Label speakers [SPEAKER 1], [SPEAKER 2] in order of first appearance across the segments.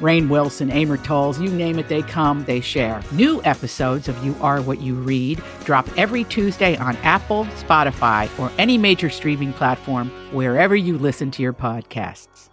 [SPEAKER 1] Rain Wilson, Amor Tolls, you name it, they come, they share. New episodes of You Are What You Read drop every Tuesday on Apple, Spotify, or any major streaming platform wherever you listen to your podcasts.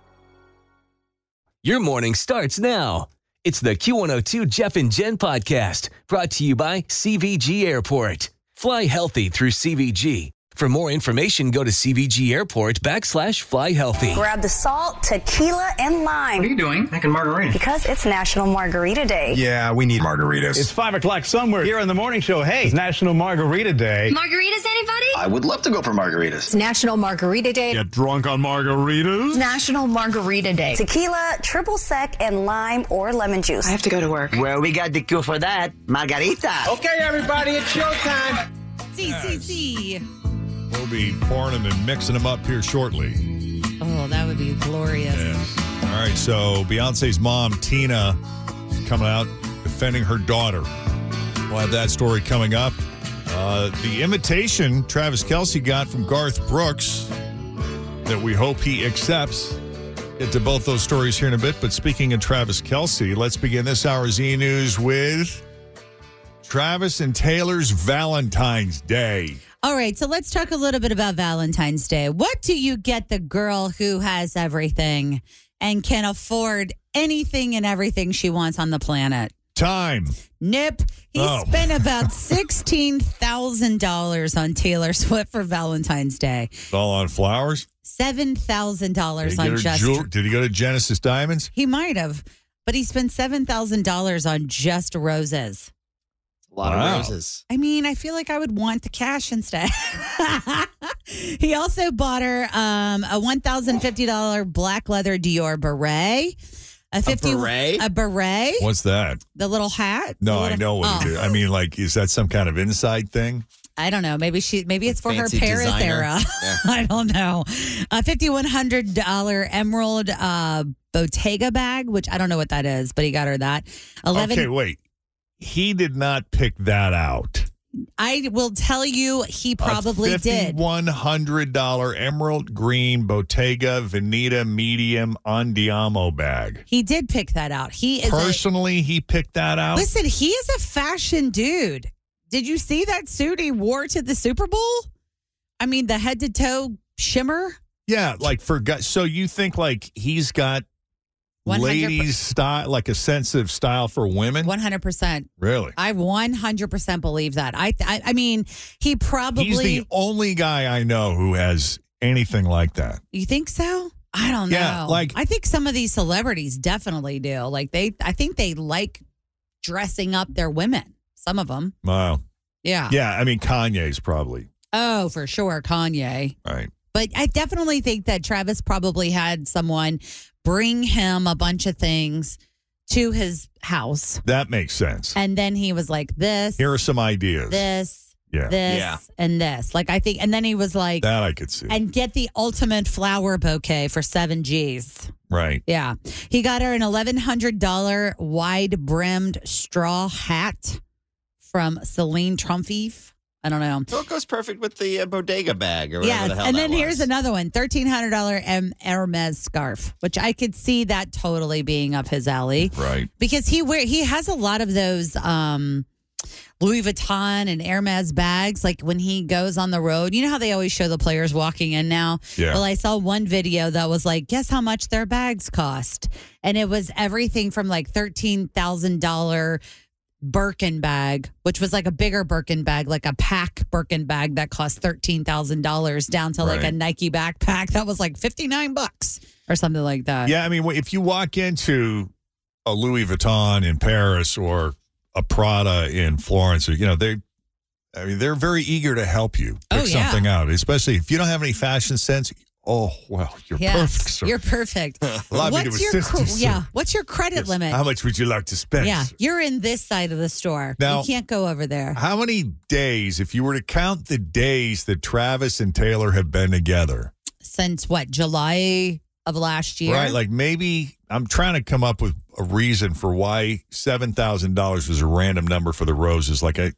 [SPEAKER 2] Your morning starts now. It's the Q102 Jeff and Jen podcast brought to you by CVG Airport. Fly healthy through CVG. For more information, go to CVG Airport backslash fly healthy.
[SPEAKER 3] Grab the salt, tequila, and lime.
[SPEAKER 4] What are you doing? Making margarita.
[SPEAKER 3] Because it's National Margarita Day.
[SPEAKER 5] Yeah, we need margaritas.
[SPEAKER 6] It's five o'clock somewhere here on the morning show. Hey, it's National Margarita Day.
[SPEAKER 7] Margaritas, anybody?
[SPEAKER 4] I would love to go for margaritas.
[SPEAKER 8] It's National Margarita Day.
[SPEAKER 5] Get drunk on margaritas?
[SPEAKER 8] National Margarita Day.
[SPEAKER 3] Tequila, triple sec, and lime or lemon juice.
[SPEAKER 7] I have to go to work.
[SPEAKER 9] Well, we got the cure for that. Margarita.
[SPEAKER 10] Okay, everybody, it's showtime.
[SPEAKER 11] See, see, see.
[SPEAKER 5] We'll be pouring them and mixing them up here shortly.
[SPEAKER 11] Oh, that would be glorious.
[SPEAKER 5] Yes. All right, so Beyonce's mom, Tina, is coming out defending her daughter. We'll have that story coming up. Uh, the invitation Travis Kelsey got from Garth Brooks that we hope he accepts. Get to both those stories here in a bit. But speaking of Travis Kelsey, let's begin this hour's e news with Travis and Taylor's Valentine's Day.
[SPEAKER 11] All right, so let's talk a little bit about Valentine's Day. What do you get the girl who has everything and can afford anything and everything she wants on the planet?
[SPEAKER 5] Time.
[SPEAKER 11] Nip. He
[SPEAKER 5] Oh.
[SPEAKER 11] spent about $16,000 on Taylor Swift for Valentine's Day,
[SPEAKER 5] It's all on flowers. Did he,
[SPEAKER 11] $7,000
[SPEAKER 5] get
[SPEAKER 11] on
[SPEAKER 5] her
[SPEAKER 11] just.
[SPEAKER 5] jewel- Did he go to Genesis Diamonds?
[SPEAKER 11] he might have, but he spent $7,000 on just roses.
[SPEAKER 12] A lot
[SPEAKER 5] Wow.
[SPEAKER 12] of roses.
[SPEAKER 11] I mean, I feel like I would want the cash instead. he also bought her um, a one thousand fifty dollar black leather Dior beret, a fifty
[SPEAKER 12] beret?
[SPEAKER 11] a beret,
[SPEAKER 5] What's that?
[SPEAKER 11] the little hat.
[SPEAKER 5] No,
[SPEAKER 11] The
[SPEAKER 5] I
[SPEAKER 11] little-
[SPEAKER 5] know what it
[SPEAKER 11] Oh,
[SPEAKER 5] is. I mean, like, is that some kind of inside thing?
[SPEAKER 11] I don't know. Maybe she. Maybe it's for
[SPEAKER 12] Fancy
[SPEAKER 11] her Paris
[SPEAKER 12] designer.
[SPEAKER 11] era.
[SPEAKER 12] Yeah.
[SPEAKER 11] I don't know. A fifty one hundred dollar emerald uh, Bottega bag, which I don't know what that is, but he got her that. Eleven.
[SPEAKER 5] Okay, wait. He did not pick that out.
[SPEAKER 11] I will tell you, he probably did.
[SPEAKER 5] One hundred dollar emerald green Bottega Veneta medium Andiamo bag.
[SPEAKER 11] He did pick that out. He is a,
[SPEAKER 5] Personally, he picked that out.
[SPEAKER 11] Listen, he is a fashion dude. Did you see that suit he wore to the Super Bowl? I mean, the head to toe shimmer.
[SPEAKER 5] yeah, like for gu- so you think like he's got
[SPEAKER 11] 100%
[SPEAKER 5] ladies style, like a sense of style for women.
[SPEAKER 11] One hundred percent.
[SPEAKER 5] really,
[SPEAKER 11] I one hundred percent believe that. I, I I mean, he
[SPEAKER 5] he's
[SPEAKER 11] probably.
[SPEAKER 5] the only guy I know who has anything like that.
[SPEAKER 11] you think so? I don't
[SPEAKER 5] Yeah,
[SPEAKER 11] know.
[SPEAKER 5] like-
[SPEAKER 11] I think some of these celebrities definitely do. Like they, I think they like dressing up their women. Some of them.
[SPEAKER 5] Wow.
[SPEAKER 11] Yeah.
[SPEAKER 5] Yeah, I mean Kanye's probably
[SPEAKER 11] Oh, for sure, Kanye.
[SPEAKER 5] right.
[SPEAKER 11] But I definitely think that Travis probably had someone bring him a bunch of things to his house.
[SPEAKER 5] That makes sense.
[SPEAKER 11] And then he was like, this,
[SPEAKER 5] Here are some ideas.
[SPEAKER 11] this,
[SPEAKER 5] yeah,
[SPEAKER 11] this,
[SPEAKER 12] Yeah.
[SPEAKER 11] and this. Like, I think, and then he was like,
[SPEAKER 5] that I could see.
[SPEAKER 11] and get the ultimate flower bouquet for seven G's.
[SPEAKER 5] right.
[SPEAKER 11] Yeah. He got her an $1,100 wide brimmed straw hat from Celine Trumpfief. I don't know.
[SPEAKER 12] So it goes perfect with the uh, bodega bag or whatever
[SPEAKER 11] Yes,
[SPEAKER 12] the hell
[SPEAKER 11] and
[SPEAKER 12] that
[SPEAKER 11] then
[SPEAKER 12] was.
[SPEAKER 11] here's another one: thirteen hundred dollar M Hermes scarf, which I could see that totally being up his alley
[SPEAKER 5] Right.
[SPEAKER 11] because he wear he has a lot of those um, Louis Vuitton and Hermes bags. Like when he goes on the road, you know how they always show the players walking in now.
[SPEAKER 5] Yeah.
[SPEAKER 11] Well, I saw one video that was like, guess how much their bags cost, and it was everything from like thirteen thousand dollar. Birkin bag, which was like a bigger Birkin bag, like a pack Birkin bag that cost thirteen thousand dollars, down to like
[SPEAKER 5] Right.
[SPEAKER 11] a Nike backpack that was like fifty nine bucks. or something like that.
[SPEAKER 5] Yeah, I mean, if you walk into a Louis Vuitton in Paris or a Prada in Florence, or you know, they, I mean, they're very eager to help you pick
[SPEAKER 11] Oh, yeah.
[SPEAKER 5] something out, especially if you don't have any fashion sense. Oh well, you're
[SPEAKER 11] Yes,
[SPEAKER 5] perfect. Sir.
[SPEAKER 11] You're perfect.
[SPEAKER 5] Allow me to
[SPEAKER 11] What's your
[SPEAKER 5] assist you,
[SPEAKER 11] cr-
[SPEAKER 5] sir.
[SPEAKER 11] yeah? What's your credit
[SPEAKER 5] Yes.
[SPEAKER 11] limit?
[SPEAKER 5] How much would you like to spend?
[SPEAKER 11] Yeah,
[SPEAKER 5] sir?
[SPEAKER 11] you're in this side of the store.
[SPEAKER 5] Now-
[SPEAKER 11] you can't go over there.
[SPEAKER 5] How many days, if you were to count the days that Travis and Taylor have been together,
[SPEAKER 11] Since what? July of last year.
[SPEAKER 5] right? Like maybe I'm trying to come up with a reason for why seven thousand dollars was a random number for the roses. Like I,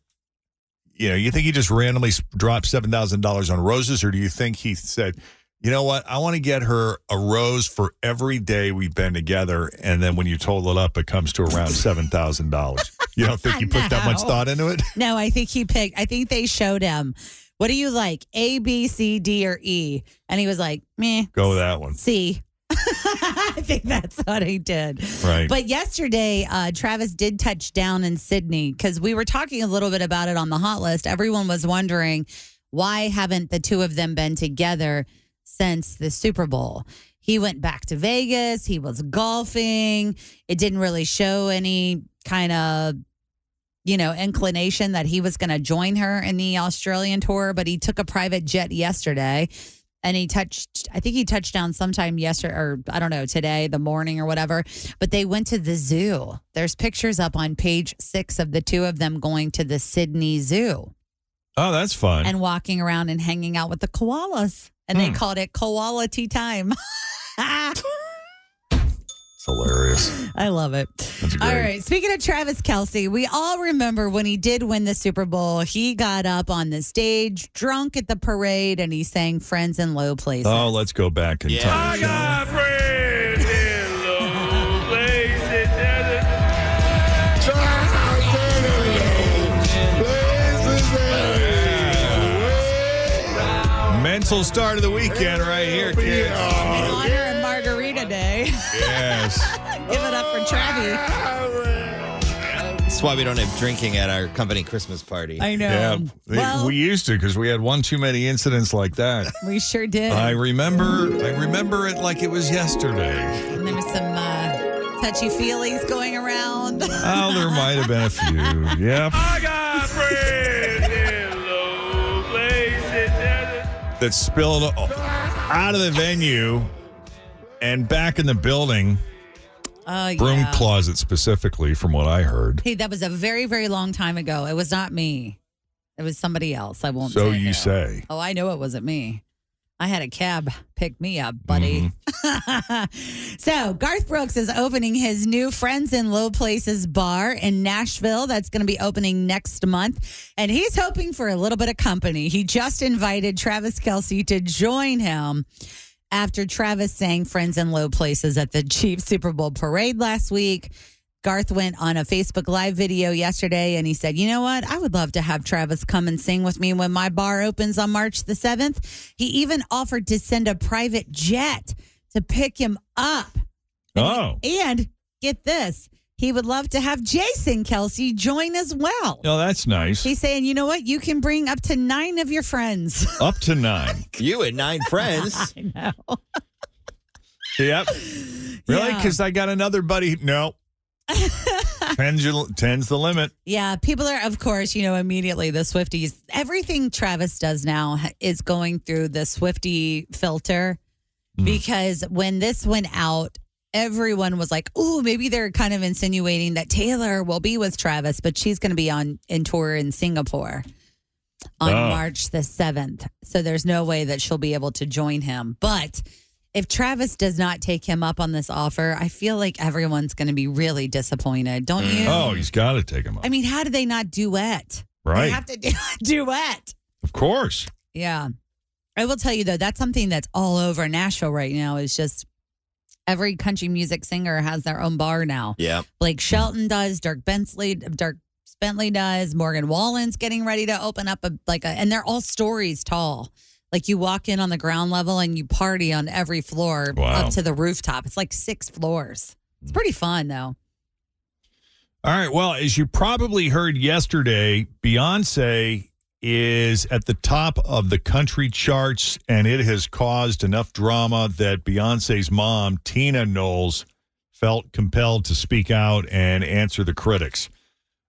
[SPEAKER 5] you know, you think he just randomly s- dropped seven thousand dollars on roses, or do you think he said, you know what, I want to get her a rose for every day we've been together, and then when you total it up, it comes to around seven thousand dollars. You don't think you put that much
[SPEAKER 11] No.
[SPEAKER 5] thought into it?
[SPEAKER 11] No, I think he picked. I think they showed him. What do you like? A, B, C, D, or E? And he was like, meh.
[SPEAKER 5] Go with that one.
[SPEAKER 11] C. I think that's what he did.
[SPEAKER 5] Right.
[SPEAKER 11] But yesterday, uh, Travis did touch down in Sydney because we were talking a little bit about it on the hot list. Everyone was wondering why haven't the two of them been together since the Super Bowl? He went back to Vegas. He was golfing. It didn't really show any kind of you know, inclination that he was going to join her in the Australian tour, but he took a private jet yesterday and he touched, I think he touched down sometime yesterday or I don't know, today, the morning or whatever. But they went to the zoo. There's pictures up on page six of the two of them going to the Sydney Zoo
[SPEAKER 5] Oh, that's fun.
[SPEAKER 11] and walking around and hanging out with the koalas. And they
[SPEAKER 5] Hmm.
[SPEAKER 11] called it koala tea time.
[SPEAKER 5] it's hilarious.
[SPEAKER 11] I love it.
[SPEAKER 5] That's great.
[SPEAKER 11] All right. Speaking of Travis Kelsey, we all remember when he did win the Super Bowl. He got up on the stage, drunk at the parade, and he sang "Friends in Low Places."
[SPEAKER 5] Oh, let's go back in time. Mental start of the weekend right here, kids. Oh.
[SPEAKER 11] In honor of Margarita Day,
[SPEAKER 5] Yes.
[SPEAKER 11] give it up for Travis.
[SPEAKER 12] That's why we don't have drinking at our company Christmas party.
[SPEAKER 11] I know.
[SPEAKER 5] Yeah, we-
[SPEAKER 11] well,
[SPEAKER 5] we
[SPEAKER 11] we,
[SPEAKER 5] used to because we had one too many incidents like that.
[SPEAKER 11] sure did.
[SPEAKER 5] I remember, I remember it like it was yesterday.
[SPEAKER 11] and there was some uh, touchy feelies going around.
[SPEAKER 5] Oh, there might have been a few. Yep. that spilled o- out of the venue and back in the building,
[SPEAKER 11] Oh, yeah.
[SPEAKER 5] broom closet specifically, from what I heard.
[SPEAKER 11] Hey, that was a very, very long time ago. It was not me. It was somebody else. I won't.
[SPEAKER 5] So
[SPEAKER 11] say
[SPEAKER 5] you
[SPEAKER 11] who.
[SPEAKER 5] say.
[SPEAKER 11] Oh, I know it wasn't me. I had a cab pick me up, buddy. so Garth Brooks is opening his new Friends in Low Places bar in Nashville. That's going to be opening next month, and he's hoping for a little bit of company. He just invited Travis Kelsey to join him. After Travis sang Friends in Low Places at the Chiefs Super Bowl parade last week, Garth went on a Facebook Live video yesterday and he said, You know what? I would love to have Travis come and sing with me when my bar opens on March the 7th. He even offered to send a private jet to pick him up.
[SPEAKER 5] Oh.
[SPEAKER 11] And get this, he would love to have Jason Kelsey join as well.
[SPEAKER 5] No, that's nice.
[SPEAKER 11] He's saying, You know what? You can bring up to nine of your friends.
[SPEAKER 5] Up to
[SPEAKER 11] Oh
[SPEAKER 5] nine.
[SPEAKER 12] You and nine friends.
[SPEAKER 11] I know.
[SPEAKER 5] Yep. Really?
[SPEAKER 11] Yeah.
[SPEAKER 5] Because I got another buddy. No. ten's, your, ten's the limit.
[SPEAKER 11] Yeah, people are, of course, you know, immediately the Swifties. Everything Travis does now ha- is going through the Swifty filter because when this went out, everyone was like, oh, maybe they're kind of insinuating that Taylor will be with Travis, but she's going to be on in tour in Singapore on
[SPEAKER 5] Ah.
[SPEAKER 7] Oh.
[SPEAKER 11] March the 7th. So there's no way that she'll be able to join him. But if Travis does not take him up on this offer, I feel like everyone's going to be really disappointed, don't you?
[SPEAKER 5] Oh, he's got to take him up.
[SPEAKER 11] I mean, how do they not duet? They
[SPEAKER 5] Right.
[SPEAKER 11] have to do a duet.
[SPEAKER 5] Of course.
[SPEAKER 11] Yeah. I will tell you though, that's something that's all over Nashville right now is just every country music singer has their own bar now.
[SPEAKER 12] Yeah.
[SPEAKER 11] Blake Shelton does, Dirk Bentley, Dirk Bentley does, Morgan Wallen's getting ready to open up a like a and they're all stories tall. Like you walk in on the ground level and you party on every floor
[SPEAKER 5] Wow. Mm.
[SPEAKER 11] up to the rooftop. It's like six floors. It's pretty fun though.
[SPEAKER 5] All right. Well, as you probably heard yesterday, Beyonce is at the top of the country charts, and it has caused enough drama that Beyonce's mom, Tina Knowles, felt compelled to speak out and answer the critics.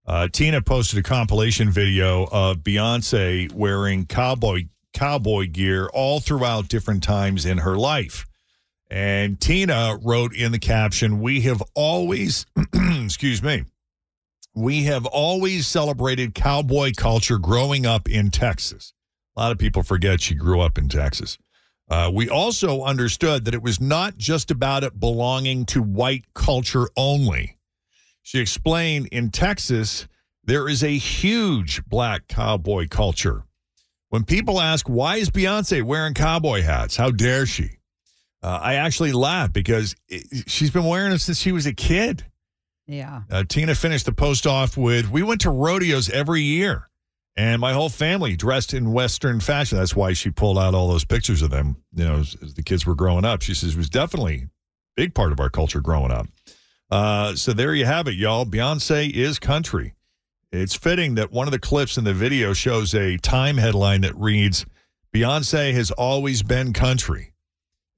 [SPEAKER 5] Uh, Tina posted a compilation video of Beyonce wearing cowboy cowboy gear all throughout different times in her life. And Tina wrote in the caption, "We have always, excuse me, we have always celebrated cowboy culture growing up in Texas. A lot of people forget she grew up in Texas. Uh, we also understood that it was not just about it belonging to white culture only. She explained in Texas, there is a huge black cowboy culture. When people ask, why is Beyonce wearing cowboy hats? How dare she? Uh, I actually laugh because it, she's been wearing them since she was a kid.
[SPEAKER 11] Yeah.
[SPEAKER 5] Uh, Tina finished the post off with We went to rodeos every year, and my whole family dressed in Western fashion. That's why she pulled out all those pictures of them, you know, as, as the kids were growing up. She says it was definitely a big part of our culture growing up. Uh, so there you have it, y'all. Beyonce is country. It's fitting that one of the clips in the video shows a Time headline that reads Beyonce has always been country.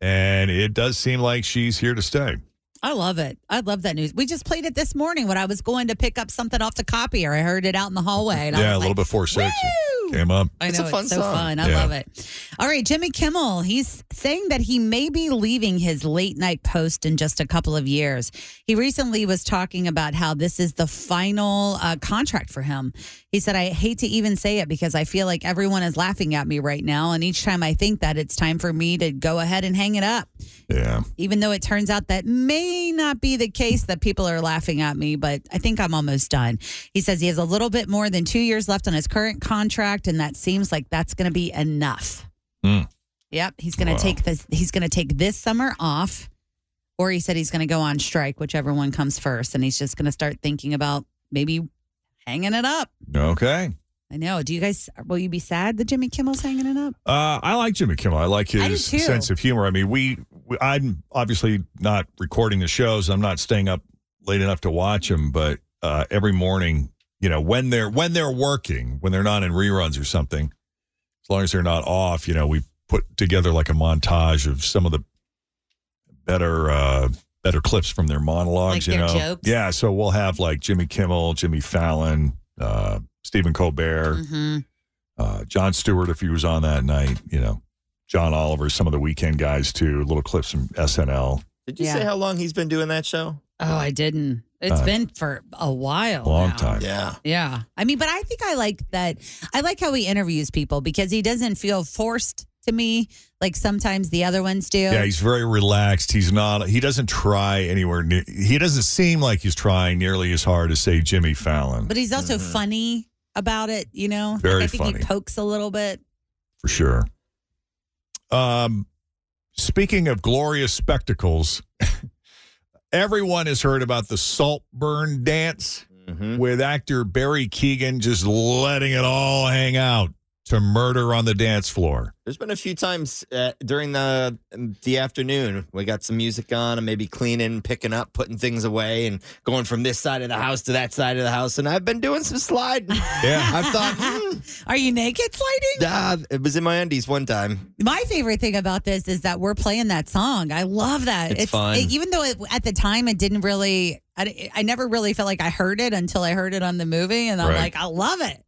[SPEAKER 5] And it does seem like she's here to stay.
[SPEAKER 11] I love it. I love that news. We just played it this morning when I was going to pick up something off the copier. I heard it out in the hallway. And I
[SPEAKER 5] yeah,
[SPEAKER 11] was
[SPEAKER 5] a little
[SPEAKER 11] like,
[SPEAKER 5] before six. it
[SPEAKER 11] "Woo!"
[SPEAKER 5] Came up.
[SPEAKER 11] I know it's, so fun. I
[SPEAKER 5] Yeah.
[SPEAKER 11] love it. All right, Jimmy Kimmel. He's saying that he may be leaving his late night post in just a couple of years. He recently was talking about how this is the final uh, contract for him. He said, "I hate to even say it because I feel like everyone is laughing at me right now, and each time I think that, it's time for me to go ahead and hang it up."
[SPEAKER 5] Yeah.
[SPEAKER 11] Even though it turns out that may not be the case that people are laughing at me, but I think I'm almost done. He says he has a little bit more than two years left on his current contract, and that seems like that's going to be enough.
[SPEAKER 5] Mm.
[SPEAKER 11] Yep, he's going to
[SPEAKER 5] Wow.
[SPEAKER 11] take this. He's going to take this summer off, or he said he's going to go on strike, whichever one comes first, and he's just going to start thinking about maybe hanging it up.
[SPEAKER 5] Okay.
[SPEAKER 11] I know. Do you guys? Will you be sad that Jimmy Kimmel's hanging it up?
[SPEAKER 5] Uh, I like Jimmy Kimmel. I like
[SPEAKER 11] I do
[SPEAKER 5] his
[SPEAKER 11] too.
[SPEAKER 5] sense of humor. I mean, we, we I'm obviously not recording the shows. I'm not staying up late enough to watch them, but uh, every morning, you know, when they're when they're working, when they're not in reruns or something, as long as they're not off, you know, we put together like a montage of some of the better uh better clips from their
[SPEAKER 11] Like
[SPEAKER 5] monologues, you
[SPEAKER 11] their
[SPEAKER 5] know.
[SPEAKER 11] jokes?
[SPEAKER 5] Yeah, so we'll have like Jimmy Kimmel, Jimmy Fallon, uh Stephen Colbert,
[SPEAKER 11] Mm-hmm.
[SPEAKER 5] uh, John Stewart, if he was on that night, you know, John Oliver, some of the weekend guys too, little clips from SNL.
[SPEAKER 12] Did you
[SPEAKER 11] Yeah.
[SPEAKER 12] say how long he's been doing that show?
[SPEAKER 11] Oh, I didn't. It's
[SPEAKER 5] Uh,
[SPEAKER 11] been for a while.
[SPEAKER 5] Long
[SPEAKER 11] now.
[SPEAKER 5] time.
[SPEAKER 12] Yeah.
[SPEAKER 11] Yeah. I mean, but I think I like that. I like how he interviews people because he doesn't feel forced to me like sometimes the other ones do.
[SPEAKER 5] Yeah, he's very relaxed. He's not, he doesn't try anywhere near, he doesn't seem like he's trying nearly as hard as, say, Jimmy Fallon,
[SPEAKER 11] but he's also funny about it, you know? Like,
[SPEAKER 5] Mm-hmm. Very
[SPEAKER 11] I think
[SPEAKER 5] funny.
[SPEAKER 11] he pokes a little bit.
[SPEAKER 5] for sure. Um, speaking of glorious spectacles, everyone has heard about the Saltburn dance.
[SPEAKER 12] Mm-hmm.
[SPEAKER 5] with actor Barry Keegan just letting it all hang out to murder on the dance floor.
[SPEAKER 12] There's been a few times uh, during the the afternoon we got some music on and maybe cleaning, picking up, putting things away, and going from this side of the house to that side of the house. And I've been doing some sliding.
[SPEAKER 5] Yeah.
[SPEAKER 12] I thought, hmm,
[SPEAKER 11] Are you naked sliding?
[SPEAKER 12] ah, it was in my undies one time.
[SPEAKER 11] My favorite thing about this is that we're playing that song. I love that.
[SPEAKER 12] It's fun.
[SPEAKER 11] it- even though it, at the time it didn't really, I, I never really felt like I heard it until I heard it on the movie, and I'm
[SPEAKER 5] Right.
[SPEAKER 11] like, I love it.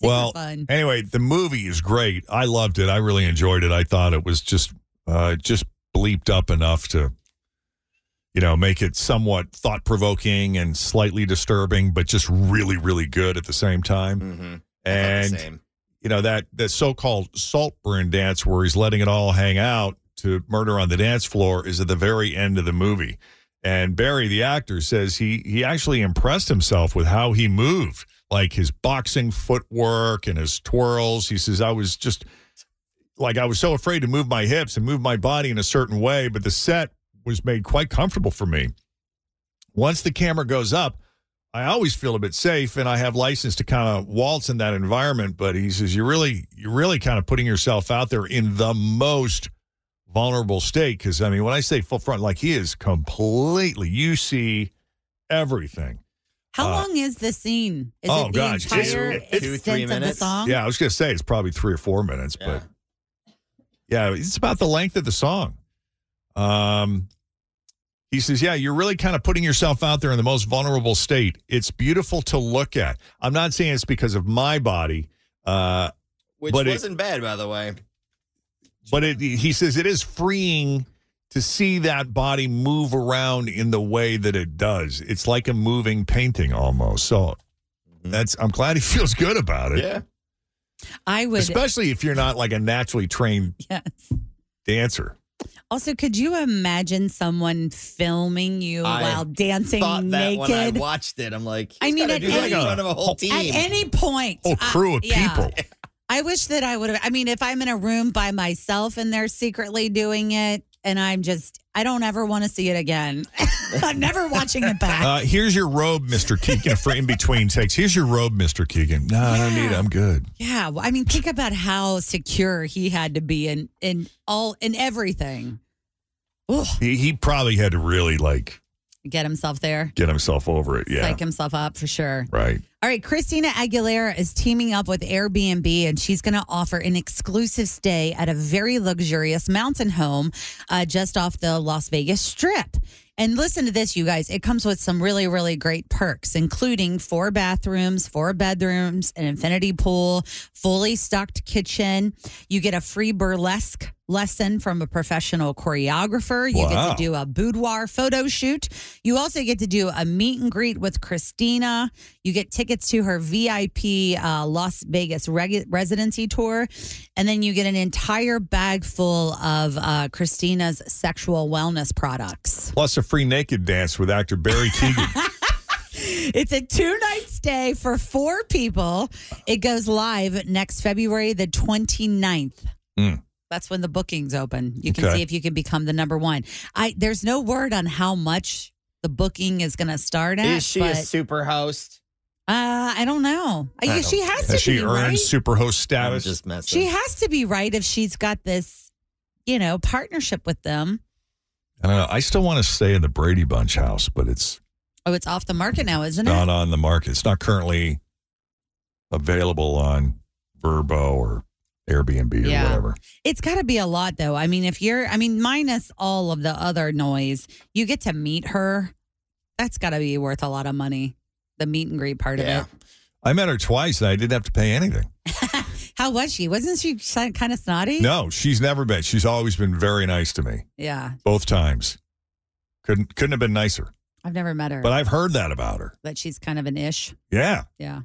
[SPEAKER 11] Super
[SPEAKER 5] well,
[SPEAKER 11] fun.
[SPEAKER 5] anyway, the movie is great. I loved it. I really enjoyed it. I thought it was just uh, just bleeped up enough to you know make it somewhat thought provoking and slightly disturbing, but just really really good at the same time.
[SPEAKER 12] Mm-hmm.
[SPEAKER 5] And
[SPEAKER 12] same.
[SPEAKER 5] you know that that so-called saltburn dance where he's letting it all hang out to murder on the dance floor is at the very end of the movie and barry the actor says he he actually impressed himself with how he moved like his boxing footwork and his twirls he says i was just like i was so afraid to move my hips and move my body in a certain way but the set was made quite comfortable for me once the camera goes up, I always feel a bit safe and I have license to kind of waltz in that environment. But he says, you're really, you're really kind of putting yourself out there in the most vulnerable state. Cause I mean, when I say full front, like he is completely, you see everything.
[SPEAKER 11] How
[SPEAKER 5] Uh,
[SPEAKER 11] long is the scene? Is
[SPEAKER 5] oh
[SPEAKER 11] it the
[SPEAKER 5] gosh, it's-
[SPEAKER 11] entire
[SPEAKER 5] it's-
[SPEAKER 11] extent of the song?
[SPEAKER 5] Yeah, I was gonna say it's probably three or four minutes, but yeah, it's about the length of the song. Um, he says, "Yeah, you're really kind of putting yourself out there in the most vulnerable state. It's beautiful to look at. I'm not saying it's because of my body, uh,
[SPEAKER 12] Which
[SPEAKER 5] but it,
[SPEAKER 12] wasn't bad, by the way.
[SPEAKER 5] but it, he says it is freeing." To see that body move around in the way that it does, it's like a moving painting almost. So that's I'm glad he feels good about it.
[SPEAKER 12] Yeah.
[SPEAKER 11] I would
[SPEAKER 5] especially if you're not like a naturally trained
[SPEAKER 11] Yes.
[SPEAKER 5] dancer.
[SPEAKER 11] Also, could you imagine someone filming you
[SPEAKER 12] I
[SPEAKER 11] while dancing
[SPEAKER 12] Thought that
[SPEAKER 11] naked?
[SPEAKER 12] when I watched it, I'm like,
[SPEAKER 11] I mean,
[SPEAKER 12] to
[SPEAKER 11] at
[SPEAKER 12] do that in
[SPEAKER 11] any-
[SPEAKER 12] front of a whole team.
[SPEAKER 11] At any point,
[SPEAKER 5] Oh,
[SPEAKER 11] I-
[SPEAKER 5] crew of
[SPEAKER 11] Ah, yeah.
[SPEAKER 5] people.
[SPEAKER 11] I wish that I would have. I mean, if I'm in a room by myself and they're secretly doing it, and I'm just, I don't ever want to see it again. I'm never watching it back.
[SPEAKER 5] Uh, here's your robe, Mr. Keegan, for in between takes. Here's your robe, Mr. Keegan. No, I don't need it. I'm good.
[SPEAKER 11] Yeah, well, I mean, think about how secure he had to be in in all in everything.
[SPEAKER 5] He, he probably had to really like
[SPEAKER 11] Get himself there,
[SPEAKER 5] get himself over it. Yeah.
[SPEAKER 11] psych himself up for sure.
[SPEAKER 5] right.
[SPEAKER 11] All right, Christina Aguilera is teaming up with Airbnb and she's going to offer an exclusive stay at a very luxurious mountain home uh, just off the Las Vegas Strip. And listen to this, you guys. It comes with some really, really great perks, including four bathrooms, four bedrooms, an infinity pool, fully stocked kitchen. You get a free burlesque lesson from a professional choreographer. You get
[SPEAKER 7] Wow.
[SPEAKER 11] to do a boudoir photo shoot. You also get to do a meet and greet with Christina. You get tickets to her VIP uh, Las Vegas reg- residency tour. And then you get an entire bag full of uh, Christina's sexual wellness products.
[SPEAKER 5] Plus a free naked dance with actor Barry Keegan.
[SPEAKER 11] It's a two night stay for four people. It goes live next February the 29th.
[SPEAKER 5] Mm.
[SPEAKER 11] That's when the bookings open. You can
[SPEAKER 5] Okay.
[SPEAKER 11] see if you can become the number one. I there's no word on how much the booking is going to start at.
[SPEAKER 12] Is she a
[SPEAKER 11] but,
[SPEAKER 12] super host?
[SPEAKER 11] Uh, I don't know. I
[SPEAKER 12] I
[SPEAKER 11] she
[SPEAKER 12] don't
[SPEAKER 11] has
[SPEAKER 12] care.
[SPEAKER 11] to
[SPEAKER 5] Has she
[SPEAKER 11] be
[SPEAKER 5] earned
[SPEAKER 11] right.
[SPEAKER 5] superhost status?
[SPEAKER 12] I'm just messing.
[SPEAKER 11] She has to be right if she's got this, you know, partnership with them.
[SPEAKER 5] I don't know. I still want to stay in the Brady Bunch house, but it's
[SPEAKER 11] Oh, it's off the market now, isn't it?
[SPEAKER 5] not on the market. It's not currently available on Verbo or Airbnb or
[SPEAKER 11] Yeah.
[SPEAKER 5] whatever.
[SPEAKER 11] It's got to be a lot, though. I mean, if you're, I mean, minus all of the other noise, you get to meet her. That's got to be worth a lot of money. The meet and greet part of
[SPEAKER 5] I met her twice and I didn't have to pay anything.
[SPEAKER 11] it. How was she? Wasn't she kind of snotty?
[SPEAKER 5] No, she's never been. She's always been very nice to me.
[SPEAKER 11] Yeah,
[SPEAKER 5] both times. Couldn't couldn't have been nicer.
[SPEAKER 11] I've never met her,
[SPEAKER 5] But I've heard that about her.
[SPEAKER 11] that she's kind of an ish.
[SPEAKER 5] Yeah.
[SPEAKER 11] Yeah.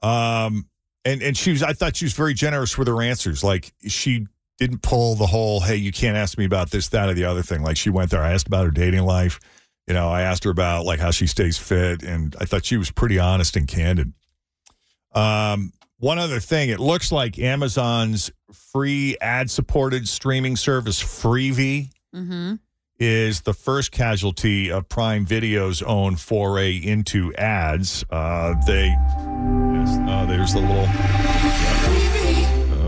[SPEAKER 5] Um and and she was I thought she was very generous with her answers. Like she didn't pull the whole hey, you can't ask me about this that or the other thing. Like she went there. I asked about her dating life. You know, I asked her about like how she stays fit and I thought she was pretty honest and candid. Um one other thing, it looks like Amazon's free ad-supported streaming service Freevee
[SPEAKER 11] Mm-hmm.
[SPEAKER 5] is the first casualty of Prime Video's own foray into ads. Uh, they, yes, oh, there's the little.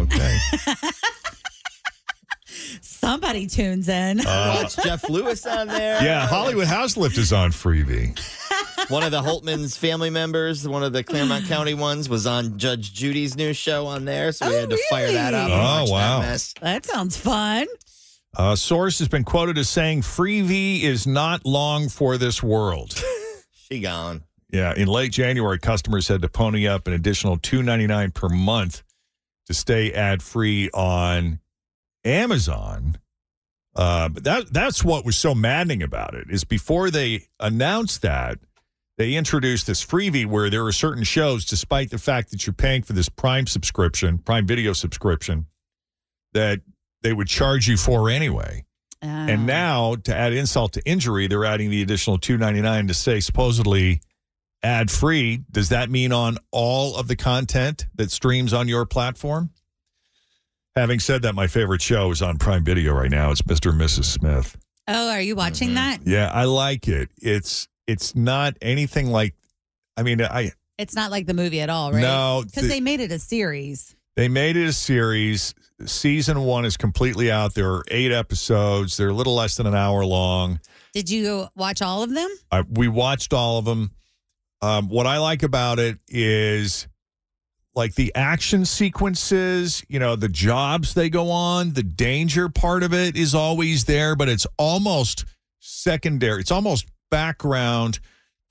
[SPEAKER 5] Okay.
[SPEAKER 11] Somebody tunes in.
[SPEAKER 5] Uh,
[SPEAKER 12] Watch Jeff Lewis on there.
[SPEAKER 5] Yeah, Hollywood House Lift is on freebie.
[SPEAKER 12] One of the Holtman's family members, one of the Claremont County ones, was on Judge Judy's new show on there, so we had to fire that up. and
[SPEAKER 5] Oh,
[SPEAKER 12] watch that
[SPEAKER 5] wow.
[SPEAKER 12] mess.
[SPEAKER 11] that sounds fun.
[SPEAKER 5] Uh, source has been quoted as saying freebie is not long for this world.
[SPEAKER 12] She gone.
[SPEAKER 5] Yeah, in late January, customers had to pony up an additional two ninety nine per month to stay ad free on Amazon. Uh, but that that's what was so maddening about it is before they announced that they introduced this freebie where there are certain shows, despite the fact that you're paying for this Prime subscription, Prime Video subscription, that they would charge you for anyway.
[SPEAKER 11] Oh.
[SPEAKER 5] And now, to add insult to injury, they're adding the additional two ninety nine to say supposedly ad free. Does that mean on all of the content that streams on your platform? Having said that, my favorite show is on Prime Video right now. It's Mr. and Mrs. Smith.
[SPEAKER 11] Oh, are you watching
[SPEAKER 5] Mm-hmm.
[SPEAKER 11] that?
[SPEAKER 5] Yeah, I like it. It's it's not anything like. I mean, I
[SPEAKER 11] It's not like the movie at all, right?
[SPEAKER 5] No,
[SPEAKER 11] because
[SPEAKER 5] the-
[SPEAKER 11] they made it a series.
[SPEAKER 5] They made it a series. Season one is completely out. There are eight episodes. They're a little less than an hour long.
[SPEAKER 11] Did you watch all of them?
[SPEAKER 5] I, we watched all of them. Um, what I like about it is like the action sequences, you know, the jobs they go on, the danger part of it is always there, but it's almost secondary. It's almost background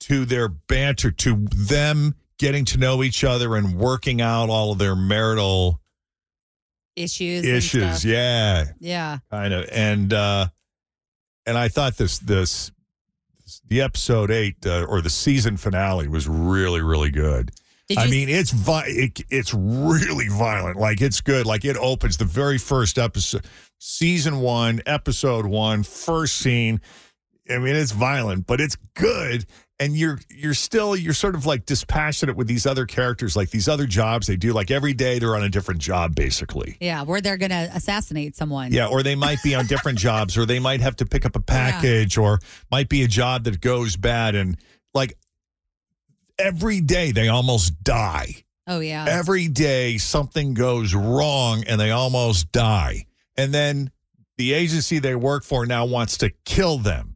[SPEAKER 5] to their banter, to them getting to know each other and working out all of their marital
[SPEAKER 11] Issues. and
[SPEAKER 5] issues.
[SPEAKER 11] stuff.
[SPEAKER 5] Yeah
[SPEAKER 11] Yeah.
[SPEAKER 5] kind of and uh and i thought this this the episode eight uh, or the season finale was really really good
[SPEAKER 11] Did
[SPEAKER 5] i
[SPEAKER 11] you-
[SPEAKER 5] mean it's vi- it, it's really violent like it's good like it opens the very first episode season one episode one first scene i mean it's violent but it's good and you're you're still you're sort of like dispassionate with these other characters like these other jobs they do like every day they're on a different job basically
[SPEAKER 11] Yeah. Where they're going to assassinate someone.
[SPEAKER 5] yeah, or they might be on different jobs, or they might have to pick up a package, or might be a job that goes bad. And like every day, they almost die.
[SPEAKER 11] Oh, yeah.
[SPEAKER 5] Every day, something goes wrong and they almost die. And then the agency they work for now wants to kill them.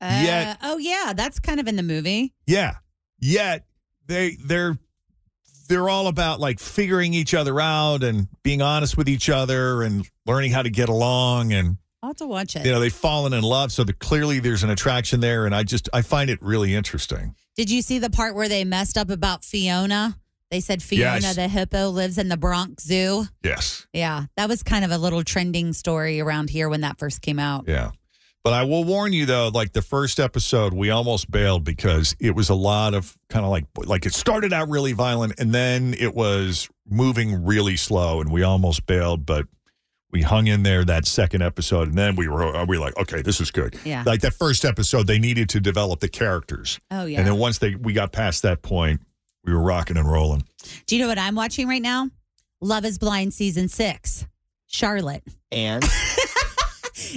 [SPEAKER 11] Uh,
[SPEAKER 5] yet-
[SPEAKER 11] oh, yeah. That's kind of in the movie.
[SPEAKER 5] Yeah. Yet they they're they're all about like figuring each other out and being honest with each other and learning how to get along and
[SPEAKER 11] I'll have to watch it.
[SPEAKER 5] you know they've fallen in love so the, clearly there's an attraction there and i just i find it really interesting
[SPEAKER 11] Did you see the part where they messed up about Fiona? They said Fiona
[SPEAKER 5] Yes.
[SPEAKER 11] the hippo lives in the Bronx Zoo.
[SPEAKER 5] yes
[SPEAKER 11] Yeah, that was kind of a little trending story around here when that first came out.
[SPEAKER 5] yeah but i will warn you though like the first episode we almost bailed because it was a lot of kind of like like it started out really violent and then it was moving really slow and we almost bailed but we hung in there that second episode and then we were uh, we were like okay this is good
[SPEAKER 11] Yeah.
[SPEAKER 5] like that first episode they needed to develop the characters
[SPEAKER 11] Oh, yeah.
[SPEAKER 5] and then once they we got past that point we were rocking and rolling
[SPEAKER 11] Do you know what I'm watching right now? Love is Blind season six. Charlotte.
[SPEAKER 12] And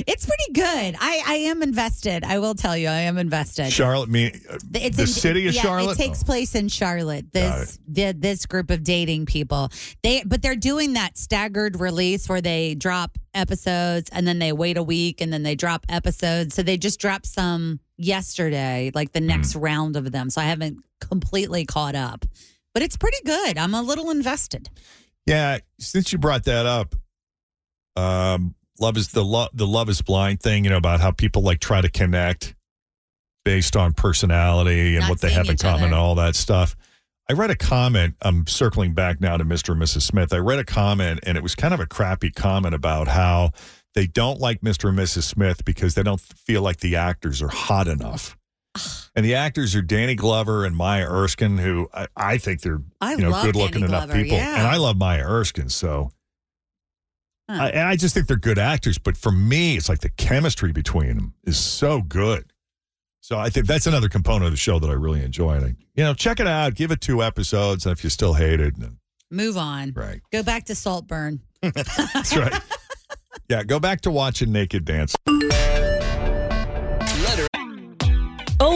[SPEAKER 11] It's pretty good. I, I am invested. I will tell you, I am invested.
[SPEAKER 5] charlotte me
[SPEAKER 11] The- It's
[SPEAKER 5] the
[SPEAKER 11] in-
[SPEAKER 5] city of
[SPEAKER 11] yeah,
[SPEAKER 5] charlotte
[SPEAKER 11] It takes place in Charlotte.
[SPEAKER 5] Got
[SPEAKER 11] This the, this group of dating people. They but they're doing that staggered release where they drop episodes and then they wait a week and then they drop episodes. So they just dropped some yesterday, like the next
[SPEAKER 5] Mm.
[SPEAKER 11] round of them. So I haven't completely caught up. But it's pretty good. I'm a little invested.
[SPEAKER 5] Yeah, since you brought that up, um, love is the love the love is blind thing. You know about how people like try to connect based on personality and
[SPEAKER 11] Not
[SPEAKER 5] what they
[SPEAKER 11] seeing
[SPEAKER 5] have in
[SPEAKER 11] each
[SPEAKER 5] common
[SPEAKER 11] other.
[SPEAKER 5] and all that stuff. I read a comment. I'm circling back now to Mr. and Mrs. Smith. I read a comment, and it was kind of a crappy comment about how they don't like Mr. and Mrs. Smith because they don't feel like the actors are hot enough. And the actors are Danny Glover and Maya Erskine, who I, I think they're
[SPEAKER 11] I
[SPEAKER 5] you know
[SPEAKER 11] love
[SPEAKER 5] good looking
[SPEAKER 11] Danny
[SPEAKER 5] enough
[SPEAKER 11] Glover,
[SPEAKER 5] people,
[SPEAKER 11] yeah.
[SPEAKER 5] and I love Maya Erskine. So,
[SPEAKER 11] Huh.
[SPEAKER 5] I, and I just think they're good actors. But for me, it's like the chemistry between them is so good. So I think that's another component of the show that I really enjoy. And I, you know, check it out. Give it two episodes, and if you still hate it, then,
[SPEAKER 11] Move on.
[SPEAKER 5] right,
[SPEAKER 11] Go back to Saltburn.
[SPEAKER 5] that's right. yeah, go back to watching Naked Dance.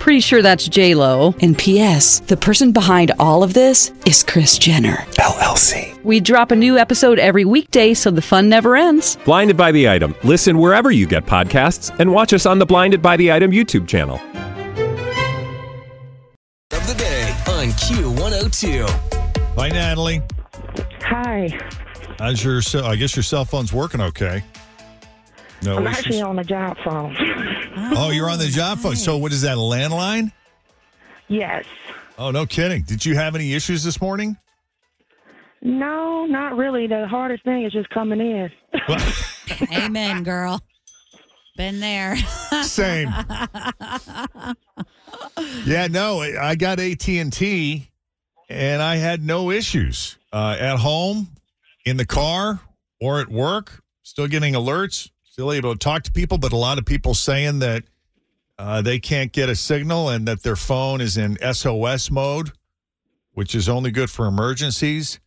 [SPEAKER 13] Pretty sure that's J Lo. And P.S. The person behind all of this is Chris Jenner LLC. We drop a new episode every weekday, so the fun never ends.
[SPEAKER 14] Blinded by the item. Listen wherever you get podcasts, and watch us on the Blinded by the Item YouTube channel.
[SPEAKER 2] Of the day on Q102.
[SPEAKER 5] Hi, Natalie.
[SPEAKER 15] Hi.
[SPEAKER 5] How's your? ce- I guess your cell phone's working okay. No
[SPEAKER 15] I'm
[SPEAKER 5] issues?
[SPEAKER 15] actually on a job phone.
[SPEAKER 5] Oh, you're on the job phone. So what is that? A landline?
[SPEAKER 15] yes.
[SPEAKER 5] Oh, no kidding. Did you have any issues this morning?
[SPEAKER 15] No, not really. The hardest thing is just coming in.
[SPEAKER 11] Amen, girl. Been there.
[SPEAKER 5] Same. Yeah, no. I I got AT and T, and I had no issues uh, at home, in the car, or at work. Still getting alerts. Still able to talk to people, but a lot of people saying that uh, they can't get a signal and that their phone is in SOS mode, which is only good for emergencies.